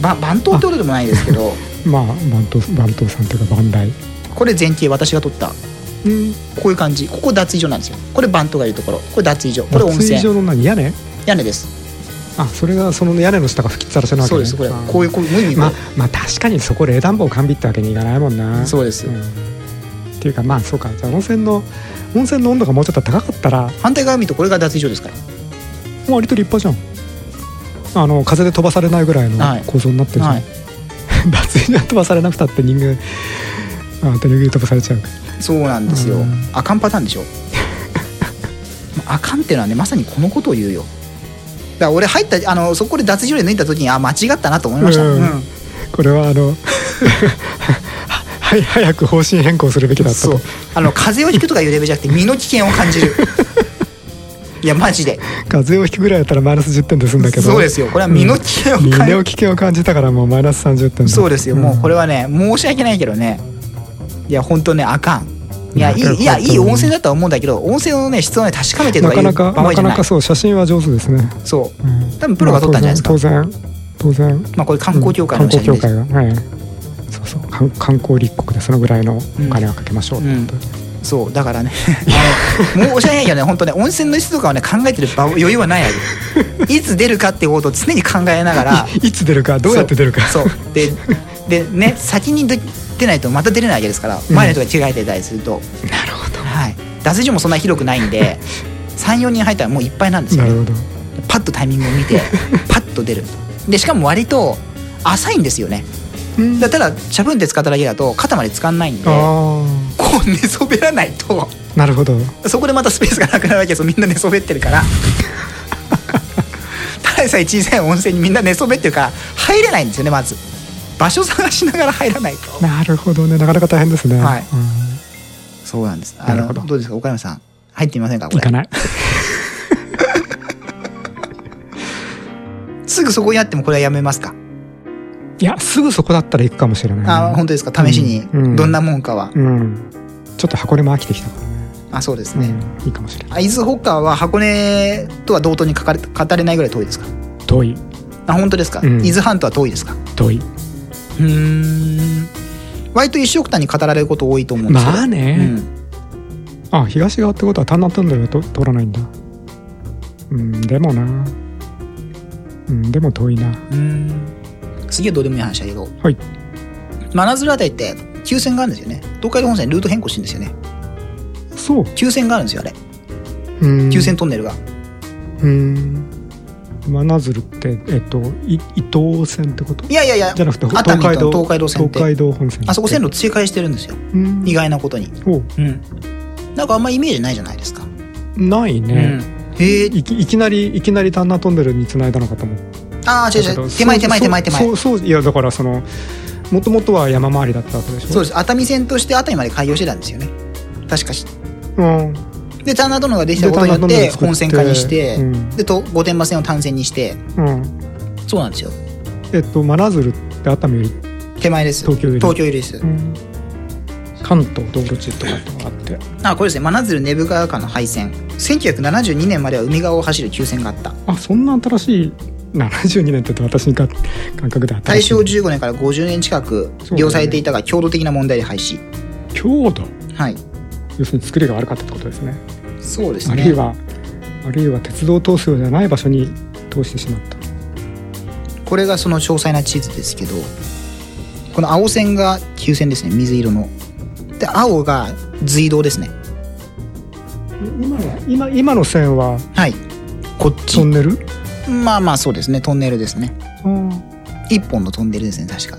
S4: ば番頭ってことでもないですけど、
S3: まあ番頭番頭さんというか番台
S4: これ前景私が撮った。こういう感じここ脱衣所なんですよこれ番頭がいるところこれ脱衣所これ温
S3: 脱
S4: 泉
S3: 衣所の何屋根
S4: 屋根です
S3: あそれがその屋根の下が吹きさらしなわけ、
S4: そう
S3: ね、
S4: ですこれ
S3: あー
S4: こういうこういう無意味
S3: まあ
S4: な
S3: まあ確かにそこ冷暖房完備ってわけにいかないもんな
S4: そうです
S3: んっていうかまあそうかじゃあ温泉の温泉の温度がもうちょっと高かったら
S4: 反対側見るとこれが脱衣所ですから
S3: 割と立派じゃんあの風で飛ばされないぐらいの
S4: はい
S3: 構造になってるじゃん、
S4: はい
S3: 脱衣所は飛ばされなくたって人間ああと人間飛ばされちゃう
S4: そうなんですよ
S3: うん
S4: あかんパターンでしょ あかんっていうのはねまさにこのことを言うよだから俺入ったあのそこで脱衣所で脱いだ時にあ間違ったなと思いました、
S3: うん
S4: うん
S3: これはあの ははい早く方針変更するべきだった
S4: そ
S3: と
S4: うあの風邪をひくとかいうレベルじゃなくて身の危険を感 じるいやマジで
S3: 風邪をひくぐらいだったらマイナス10点で済んだけど
S4: そうですよこれは身の危険を
S3: 身
S4: 感じ
S3: の危険を感じたからもうマイナス30点だ
S4: そうですよ、もうこれ
S3: は
S4: はね申し訳ないけどねいや本当ねあかんいやいい
S3: なるほど
S4: いやいい温泉だとは思うんだけど温泉のね質をね確かめてと
S3: な
S4: かい
S3: か
S4: う
S3: なか
S4: 場合
S3: な
S4: じ
S3: か
S4: ゃない
S3: なかそう写真は上手ですね、
S4: そう
S3: うん
S4: 多分プロが撮ったんじゃないですか
S3: まあ当然当然
S4: まあこれ観光協会の
S3: 観
S4: 写
S3: 光
S4: 真
S3: 協
S4: です、
S3: 会がはいそうそう観観光立国でそのぐらいのお金はかけましょうってことで、
S4: そうだからね あの申し訳ないけどね本当ね温泉の質とかをね考えてる場余裕はないわ けいつ出るかってことを常に考えながら
S3: いつ出る かどうやって出るか
S4: そうそうででね先に出出ないとまた出れないわけですから
S3: ん
S4: 前の人が着替えてたりすると、
S3: なるほど
S4: はい脱衣所もそんな広くない んで34人入ったらもういっぱいなんです
S3: な
S4: よね
S3: るほど
S4: パッとタイミングを見 てパッと出るでしかも割と浅いんですよね
S3: うん
S4: だただ茶分で使っただけだと肩まで使わないんでこ
S3: あ
S4: う寝そべらないと
S3: あなるほど
S4: そこでまたスペースがなくなるわけですよみんな寝そべって るからただでさえ小さい温泉にみんな寝そべってるから入れないんですよねまず場所探しながら入らないと
S3: なるほどねなかなか大変ですね
S4: はい
S3: うん
S4: そうなんですあ
S3: なる
S4: の
S3: ほど
S4: どうですか岡山さん入ってみませんかこ
S3: 行か
S4: れ
S3: ない
S4: すぐそこにあってもこれはやめますか
S3: いやすぐそこだったら行くかもしれない
S4: あ本当ですか試しに
S3: うん
S4: どんなもんかは
S3: うんちょっと箱根も飽きてきたからね
S4: あそうですね
S3: うんいいかもしれない
S4: あ伊豆ホッカーは箱根とは同等にかかれ語れないぐらい遠いですか
S3: 遠い
S4: あ本当ですか、
S3: うん
S4: 伊豆半島は遠いですか
S3: 遠いう
S4: ーん割と一緒くたに語られること多いと思うんですけど
S3: まあね、あ東側ってことは丹那トンネルはと通らないんだうんでもなうんでも遠いな
S4: うんうんすげえどうでもいい話だけど
S3: はい
S4: 真鶴あたりって急線があるんですよね東海道本線ルート変更してんですよね
S3: そう
S4: 急線があるんですよあれ
S3: うん
S4: 急線トンネルが、
S3: うん真鶴ってえっとい伊東線ってこと
S4: いやいやいや
S3: じゃなくて
S4: 熱海と東海道線って
S3: 東海道本線
S4: あそこ線路追加してるんですよ
S3: うん
S4: 意外なことに
S3: お
S4: うんなんかあんまイメージないじゃないですか、
S3: ないね、
S4: うんへえ
S3: いきいきなりいきなり丹那トンネルに繋いだのかと思う
S4: ああ違う
S3: だけ
S4: 違
S3: ど
S4: う手前手前手前手前
S3: そうそうそういやだからそのもともとは山回りだったわけでしょ
S4: そうです熱海線として熱海まで開業してたんですよね確かし
S3: うん
S4: で丹那殿ができたことによっ
S3: で
S4: て
S3: 丹那殿
S4: 本
S3: が作
S4: 線
S3: って
S4: 化にして、
S3: うん
S4: でと御殿場線を単線にして
S3: うん
S4: そうなんですよ
S3: えっと真鶴って熱海より、
S4: 手前です
S3: 東京より
S4: 東京入りです、
S3: うん関東道路地とかってのがあって
S4: あこれですね真鶴根府川間の廃線1972年までは海側を走る急線があった
S3: あそんな新しい72年って言うと私にか感覚では
S4: 大
S3: 正
S4: 正15年から50年近く
S3: そうだね
S4: 利用されていたが、強度的な問題で廃止。
S3: 強度
S4: はい。
S3: 要するに作りが悪かったってことですね
S4: そうです
S3: あるい
S4: ね。
S3: はあるいは鉄道を通すようじゃない場所に通してしまった
S4: これがその詳細な地図ですけど、この青線が急線ですね、水色の。で、青が随道ですね。
S3: 今の今今の線は
S4: はい。こっ
S3: ト
S4: ち。
S3: ンネル
S4: まあまあそうですね、トンネルですね。
S3: あー
S4: 一本のトンネルですね、確か。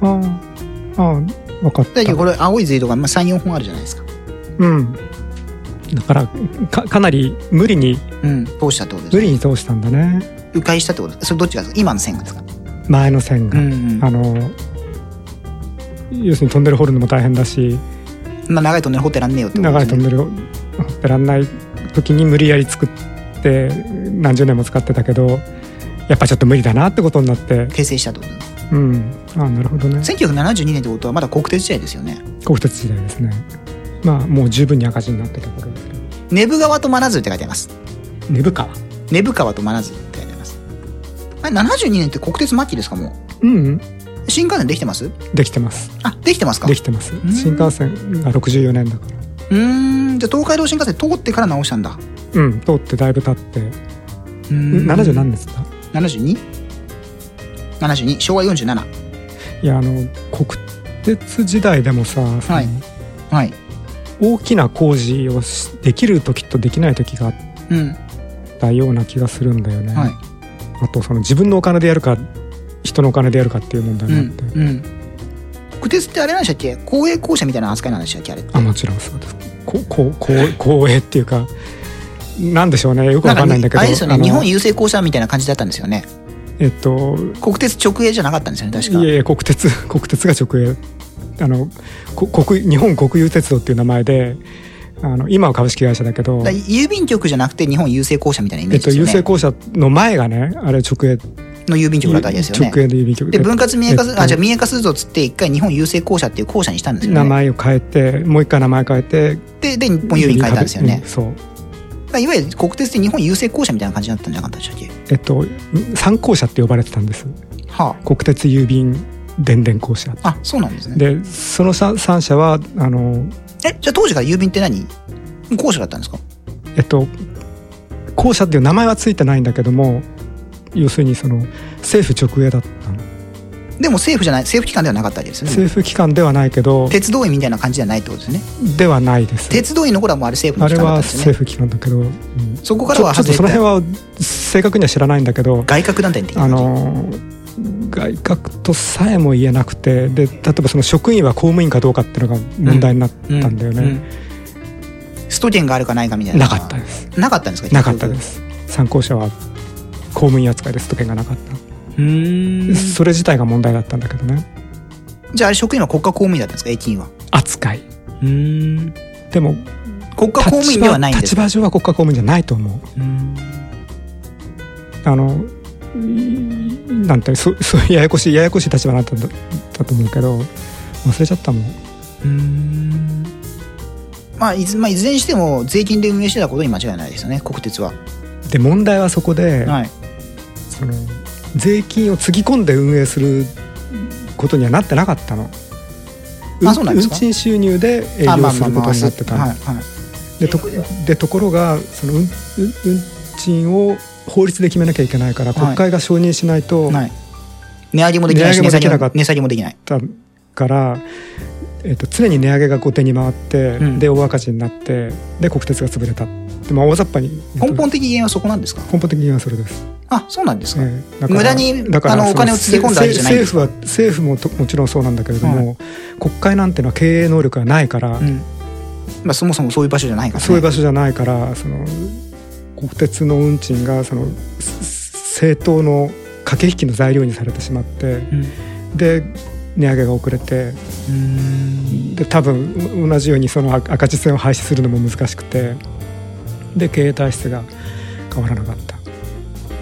S3: あーああ分かっ
S4: だけどこ
S3: た
S4: れ青い隧道がまあ3、4本あるじゃないですか。
S3: うんだからかかなり無理に
S4: うん、通したってこと
S3: 無
S4: です。
S3: 理に通したんだね
S4: 迂回したってことです。それどっちがですか今の線がですか
S3: 前の線が、
S4: うん
S3: あの要するにトンネル掘るのも大変だし
S4: まあ長いトンネル掘ってらんねえよってこと
S3: 長
S4: で
S3: い
S4: す
S3: ト
S4: ね。
S3: ンネルを掘ってらんない時に無理やり作って何十年も使ってたけどやっぱちょっと無理だなってことになって
S4: 訂正したってことです。
S3: うんあなるほどね
S4: 1972年ってことはまだ国鉄時代ですよね。
S3: 国鉄時代ですねまあもう十分に赤字になったところですけど
S4: 根府川と真鶴って書いてあります。
S3: 根府川
S4: 根府川と真鶴って書いてあります。あれ、72年って国鉄末期ですかも
S3: うんうん
S4: う。新幹線できてます
S3: できてます
S4: あ、できてますか
S3: できてます
S4: ん
S3: 新幹線が64年だから
S4: うーん、じゃあ東海道新幹線通ってから直したんだ。
S3: うん通ってだいぶ経って
S4: うーん
S3: 70何年ですか
S4: ?72?72、72昭和47。
S3: いやあの国鉄時代でもさ、その
S4: はいはい。
S3: 大きな工事をしできる時とできない時があっ
S4: うん。
S3: たような気がするんだよね、
S4: はい。
S3: あとその自分のお金でやるか人のお金でやるかっていう問題
S4: う
S3: もあっ
S4: ん
S3: て、。
S4: うん。国鉄ってあれなんでしたっけ公営公社みたいな扱いなんでしたっけあれって。
S3: あもちろんそうですここうこう光栄っていうかなんでしょうねよくわかんないんだけど
S4: あれですよ
S3: あ
S4: ね。
S3: の
S4: 日本郵政公社みたいな感じだったんですよね。
S3: えっと
S4: 国鉄直営じゃなかったんですよね、確か。
S3: いえいえ国鉄国鉄が直営あのこ国日本国有鉄道っていう名前であの今は株式会社だけど
S4: だから郵便局じゃなくて日本郵政公社みたいなイメ
S3: えっ
S4: ージ
S3: と
S4: です
S3: 郵
S4: よ
S3: 政
S4: ね。
S3: 公社の前がねあれ直営
S4: の郵便局だったわけですよね。
S3: 直営の郵便局
S4: で分割民営化す
S3: えっ
S4: る、
S3: と
S4: あじゃあ民営化するぞっつって一回日本郵政公社っていう公社にしたんですよね。
S3: 名前を変えてもう一回名前変えて
S4: でで日本郵便変えたんですよね
S3: うん。そう
S4: だからいわゆる国鉄って日本郵政公社みたいな感じだったんじゃなかったでしたっけ
S3: えっと三公社って呼ばれてたんです
S4: は
S3: 国鉄郵便電電公社
S4: あ。あそうなんですね。
S3: でそのさ三社はあの
S4: えじゃあ当時から郵便って何公社だったんですか
S3: えっと公社っていう名前はついてないんだけども要するにその政府直営だったの
S4: でも政府じゃない政府機関ではなかったわけですよね。
S3: 政府機関ではないけど
S4: 鉄道員みたいな感じじゃないってことですね。
S3: ではないです
S4: 鉄道員の頃はもうあれ政府
S3: あ
S4: の
S3: れ
S4: 機関だっ
S3: は
S4: たん
S3: 政府機関
S4: ですよね。
S3: だけど、うんち
S4: そこ
S3: ょ
S4: か
S3: ち
S4: ら
S3: ょ
S4: は
S3: っと
S4: 外れ
S3: その辺
S4: て
S3: は正確には知らないんだけど
S4: 外郭団体的な
S3: あ
S4: 感じ。
S3: の外郭とさえも言えなくてで例えばその職員は公務員かどうかっていうのが問題になったんだよね、
S4: ううんスト権があるかないかみたいな
S3: なかったです
S4: なかったんですか
S3: なかったですす参考者は公務員扱いですと権がなかった、
S4: うん
S3: それ自体が問題だったんだけどね
S4: じゃああれ職員は国家公務員だったんですか駅員は
S3: 扱い
S4: うん
S3: でも
S4: 国家公務員ではないんです
S3: 立場立場上は国家公務員じゃないと思う
S4: うん
S3: あのいなんてそう そういうややこしいややこしい立場だったんだだと思うけど忘れちゃったもん
S4: うんまあいずまあ、いずれにしても税金で運営してたことに間違いないですよね国鉄は、
S3: で問題はそこで、
S4: はい、
S3: その税金をつぎ込んで運営することにはなってなかったの。
S4: あそうなんですか
S3: 運賃収入で営
S4: あま
S3: 業
S4: あ
S3: することになってた
S4: まあ
S3: の
S4: まあはいはい
S3: でとでところがその運運運賃を法律で決めなきゃいけないから
S4: はい
S3: 国会が承認しないと、
S4: はい、値上げもできないし
S3: 値
S4: 値
S3: 上げもでき
S4: 下
S3: なか
S4: げ
S3: っ
S4: も
S3: た
S4: 値下げもできない
S3: だから、えっと常に値上げが後手に回って、
S4: うん
S3: で大赤字になってで国鉄が潰れたで、まあ、大雑把に
S4: 根本的原因はそこなんですか
S3: 根本的にはそれです。
S4: あそうなんですか、
S3: ええだから
S4: 無駄に
S3: だから
S4: あの
S3: そ
S4: お金をつぎ込んだわけじゃないんです
S3: 政府は政府もともちろんそうなんだけれども、国会なんてのは経営能力がないから、
S4: うんまあ、そもそもそういう場所じゃないから、ね、
S3: そういう場所じゃないからその国鉄の運賃がそのす政党の駆け引きの材料にされてしまって
S4: うん
S3: で値上げが遅れてで多分同じようにその赤字線を廃止するのも難しくてで経営体質が変わらなかった。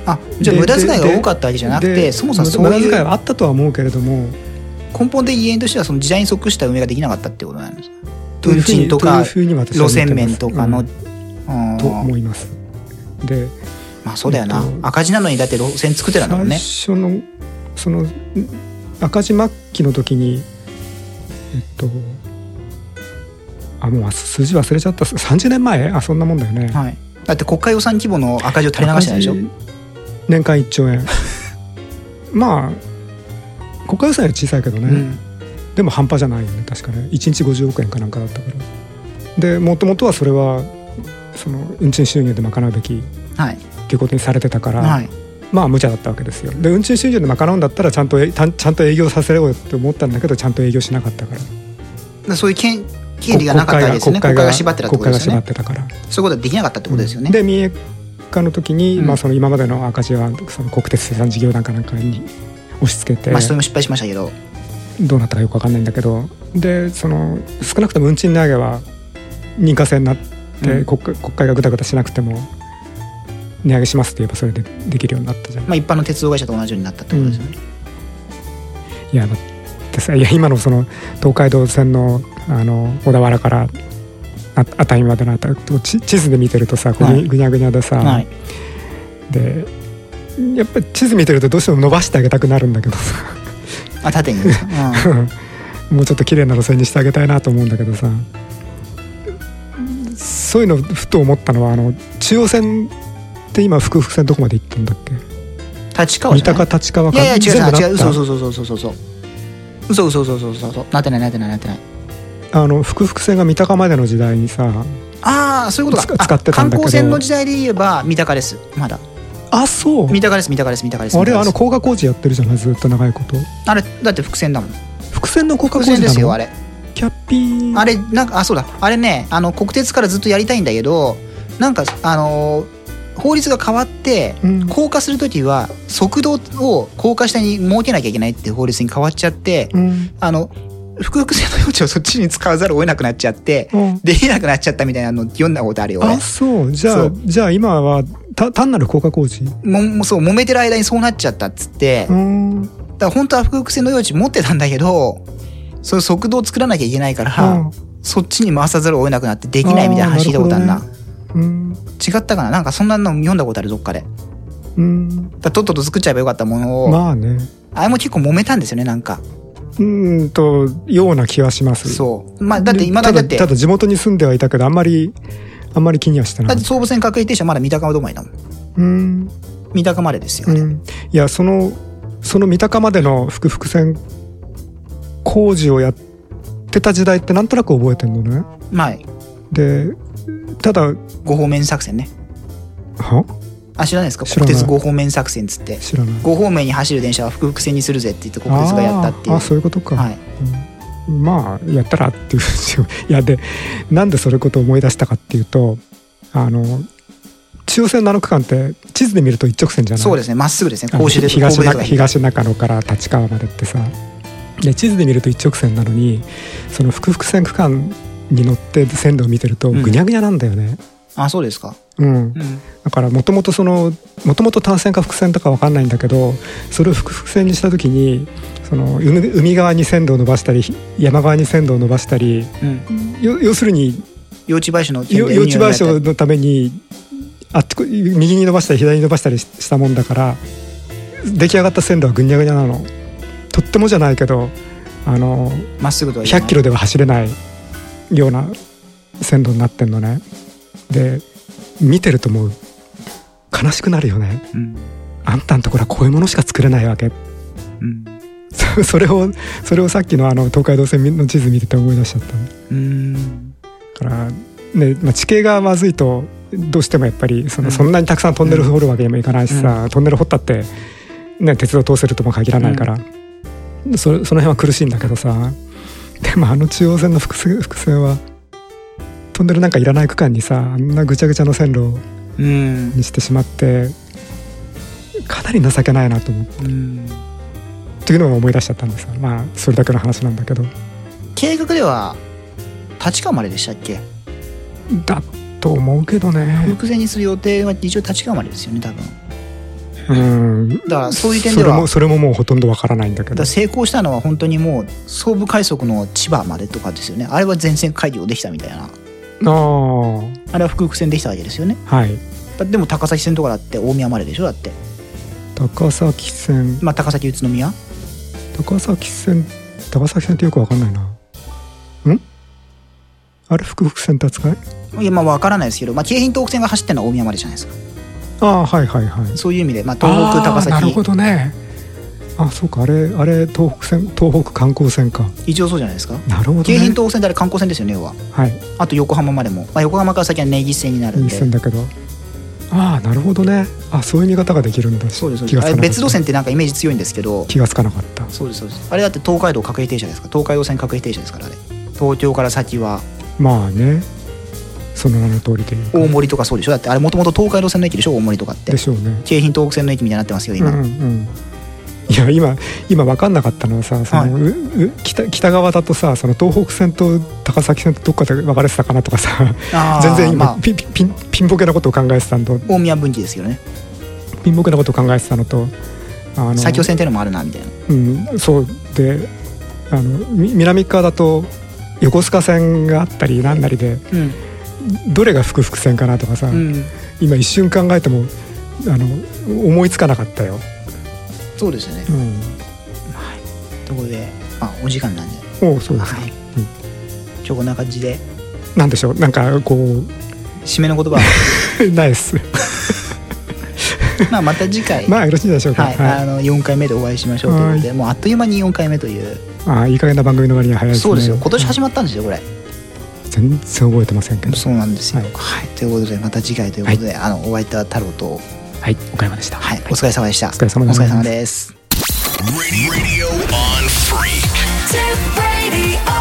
S4: あじゃあ
S3: で
S4: 無駄遣い
S3: で
S4: が多かったわけじゃなくて
S3: で
S4: そもそもそう
S3: 無駄
S4: い
S3: 遣いは
S4: う
S3: あったとは思うけれども
S4: 根本的原因としてはその時代に即した運営ができなかったってことなんですか
S3: とい
S4: 運
S3: うふうに
S4: 賃と
S3: とい
S4: か
S3: うふうに私は
S4: 路
S3: 見てます
S4: 線面とかの、
S3: うんと
S4: あー
S3: 思います。で
S4: まあそうだよな、
S3: えっと
S4: 赤字なのにだって路線作ってたんだもんね
S3: 最初のそのん赤字末期の時にえっとあもうあ数字忘れちゃった30年前あそんなもんだよね、
S4: はいだって国家予算規模の赤字を垂れ流してないでしょ
S3: 赤字年間1兆円 まあ国家予算より小さいけどね、
S4: うん
S3: でも半端じゃないよね確かね1日50億円かなんかだったからでもともとはそれはその運賃収入で賄うべき
S4: はい
S3: ということにされてたから、
S4: はい
S3: まあ無茶だったわけですよで運賃収入で賄うんだったらちゃんとえたんちゃんと営業させようよって思ったんだけどちゃんと営業しなかったから
S4: だからそういう権権利がなかったわけですよね
S3: 国会
S4: 国会が
S3: が
S4: 縛ってたって
S3: 国会
S4: ことで
S3: が
S4: すよ
S3: 縛っ
S4: ね
S3: てたから
S4: そういうことはできなかったってことですよね、
S3: で民営化の時に、
S4: うん
S3: まあ、その今までの赤字はその国鉄生産事業団かなんかに押し付けて、
S4: まあそれも失敗しましたけど
S3: どうなったかよくわかんないんだけどでその少なくとも運賃値上げは認可制になって、
S4: うん
S3: 国会国会がぐたぐたしなくても値上げしますって言えばそれでできるようになったじゃん。
S4: まあ一般の鉄道会社と同じようになったってことですよね、
S3: いやだってさいや今のその東海道線のあの小田原からあ熱海までのあた地地図で見てるとさこう
S4: は
S3: ぐ
S4: い
S3: ぐにゃぐにゃでさ、
S4: はい
S3: でやっぱり地図見てるとどうしても伸ばしてあげたくなるんだけどさ
S4: あ縦にですか、うん
S3: もうちょっと綺麗な路線にしてあげたいなと思うんだけどさそういうのふと思ったのはあの中央線って今福福線どこまで行ったんだっけ
S4: 立川
S3: 三
S4: じゃない
S3: 鷹立川
S4: い
S3: か
S4: やいや違
S3: 全部
S4: う
S3: な
S4: 違う違う
S3: った
S4: 嘘嘘嘘嘘嘘嘘嘘嘘嘘嘘嘘嘘なってないなってないなってない
S3: あの福福線が三鷹までの時代にさ
S4: ああそういうこと
S3: つ
S4: だ
S3: か使ってたんだけど
S4: あ観光船の時代で言えば三鷹ですまだ
S3: あそう
S4: 三鷹です三鷹です三鷹です
S3: あれあの高
S4: 三鷹です
S3: 架工事やってるじゃないずっと長いこと
S4: あれだって伏線だもん
S3: 伏線の高架
S4: 伏
S3: 工
S4: 線
S3: 事
S4: で
S3: な
S4: すよ
S3: の
S4: あれ
S3: キャッピー
S4: あれなんかあそうだあれねあの国鉄からずっとやりたいんだけどなんかあのー法律が変わって
S3: うん
S4: 高架するときは速度を高架下に設けなきゃいけないって法律に変わっちゃって
S3: うん
S4: あの複々線の余地をそっちに使わざるを得なくなっちゃって
S3: うん
S4: できなくなっちゃったみたいなの読んだことあるよ俺
S3: あそうじゃ
S4: そ
S3: あ
S4: う
S3: じゃあ今はた単なる高架工事
S4: ももうそう揉めてる間にそうなっちゃったっつって
S3: うーんうん
S4: だから本当は複々線の余地持ってたんだけどその速度を作らなきゃいけないから、そっちに回さざるを得なくなってできないみたいな話聞いたことあるな
S3: あーなうん
S4: 違ったかななんかそんなの読んだことあるどっかでだか
S3: うん
S4: らとっとと作っちゃえばよかったものを、
S3: まあね
S4: あれも結構揉めたんですよねなんか
S3: うーんとような気はします
S4: そうまあだって
S3: で
S4: 今だにだって
S3: ただ地元に住んではいたけどあんまりあんまり気にはしてな
S4: だ
S3: い
S4: って総武線各駅停車まだ三鷹止まりだもん
S3: うん
S4: 三鷹までですよ、
S3: うん、いやそのその三鷹までの福々線工事をやってた時代ってなんとなく覚えてんのね
S4: まあ
S3: でただ
S4: 五方面作戦ね
S3: は
S4: あ知らないですか
S3: 知ら
S4: 国
S3: ない
S4: 鉄五方面作戦っつって
S3: 知らない
S4: 五方面に走る電車は複々線にするぜって言って国鉄がやったって
S3: あー
S4: いう
S3: あそういうことか、
S4: はい
S3: うんまあやったらっていういやでなんでそれことを思い出したかっていうとあの中央線7区間って地図で見ると一直線じゃない
S4: そうですねまっすぐですね
S3: あの
S4: 甲州で
S3: 東
S4: 神戸
S3: 中
S4: で
S3: 東中野から立川までってさで地図で見ると一直線なのにその複々線区間に乗って線路を見てると
S4: うん
S3: ぐにゃぐにゃなんだよね、
S4: あそうですか、
S3: うん
S4: うん、
S3: だからもともとそのもともと単線か複線とかわかんないんだけどそれを複々線にした時にその海海側に線路を伸ばしたり山側に線路を伸ばしたり
S4: うん、
S3: よ要するに
S4: 用地買収の件
S3: よ
S4: で
S3: 用地賠償のためにあっちこ右に伸ばしたり左に伸ばしたりししたもんだから出来上がった線路はぐにゃぐにゃなのとってもじゃないけどあの
S4: まっすぐとは言え
S3: 100
S4: ない
S3: キロでは走れないような線路になってんのねで見てるともう悲しくなるよね
S4: うん
S3: あんたんところはこういうものしか作れないわけ
S4: うん
S3: そ それをそれをさっきのあの東海道線の地図見てて思い出しちゃったの
S4: うーん
S3: から、ねまあ、地形がまずいとどうしてもやっぱりその、
S4: うん
S3: そんなにたくさんトンネル掘るわけにもいかないしさ、トンネル掘ったって、ね、鉄道通せるとも限らないから、そその辺は苦しいんだけどさでもあの中央線の複数複線はトンネルなんかいらない区間にさあんなぐちゃぐちゃの線路
S4: うん
S3: にしてしまってかなり情けないなと思って
S4: うん
S3: っていうのを思い出しちゃったんですよまあそれだけの話なんだけど
S4: 計画では立川まででしたっけ
S3: だと思うけどね
S4: 伏線にする予定は一応立川までですよね多分だか
S3: うんだ
S4: からそういう点では
S3: それもそれももうほとんどわからないんだけど
S4: ら成功したのは本当にもう総武快速の千葉までとかですよねあれは全線開業できたみたい
S3: あ
S4: な
S3: あ
S4: あれは複々線できたわけですよね
S3: はい
S4: だでも高崎線とかだって大宮まででしょだって
S3: 高崎線
S4: まあ高崎宇都宮
S3: 高崎線高崎線ってよくわかんないなんあれ福福線って扱い
S4: いやまあ分からないですけど、まあ、京浜東北線が走ってるのは大宮までじゃないですか
S3: ああはいはいはい
S4: そういう意味で、まあ、東北高
S3: あーなるほ
S4: 崎
S3: どねあそうかあれあれ東北線東北観光線か
S4: 一応そうじゃないですか
S3: なるほどね
S4: 京浜東北線ってあれ観光線ですよね要は
S3: はい
S4: あと横浜までも、まあ、横浜から先は根岸線になる
S3: い
S4: ん
S3: い
S4: で
S3: 線だけどああなるほどねあそういう見方ができるんだ
S4: そうですそう
S3: 気が
S4: です
S3: つかなか
S4: あれ
S3: った
S4: 別路線ってなんかイメージ強いんですけど
S3: 気がつかなかった
S4: そうですそうですあれだって東海道各駅停車ですから東海道線各駅停車ですからあれ東京から先は
S3: まあねその名の通りというか
S4: 大森とかそうでしょだってあれもともと東海道線の駅でしょ大森とかって
S3: でしょうね
S4: 京浜東北線の駅みたいになってますけど
S3: うん
S4: 今、
S3: うんうんいや今今分かんなかったのはさその、
S4: はいう
S3: う北北側だとさその東北線と高崎線とどっかで分かれてたかなとかさ
S4: あー
S3: 全然今、
S4: まあ
S3: ピンピンピンボケなことを考えてたのと
S4: 大宮分岐ですよね
S3: ピンボケなことを考えてたのとあの
S4: 埼京線っていうのもあるなみたいな
S3: うん、そうであのみ南側だと横須賀線があったりなんなりで
S4: うん
S3: どれが福々線かなとかさ、
S4: うん
S3: 今一瞬考えてもあの思いつかなかったよ、
S4: そうですよね
S3: う
S4: ところでまあお時間なんで
S3: ん、おうそうですか、
S4: はい今日こんな感じで
S3: なんでしょうなんかこう
S4: 締めの言葉を
S3: ないっす
S4: まあまた次 回
S3: まあよろしいでしょうか
S4: はい、あの4回目でお会いしましょうということでもうあっという間に4回目という
S3: ああいい加減な番組の割には早いですね
S4: そうですよ今年始
S3: ま
S4: まったんですよこれ
S3: 全然覚えてませんけど
S4: そうなんですよ、は
S3: はいい
S4: ということでまた次回ということで、あのお相手は太郎と、
S3: はい岡山でした
S4: はい、お疲れ様でしたお
S3: 疲れ様で
S4: お
S3: す
S4: 疲れ様です
S1: Radio on Freak.
S2: Tip Radio.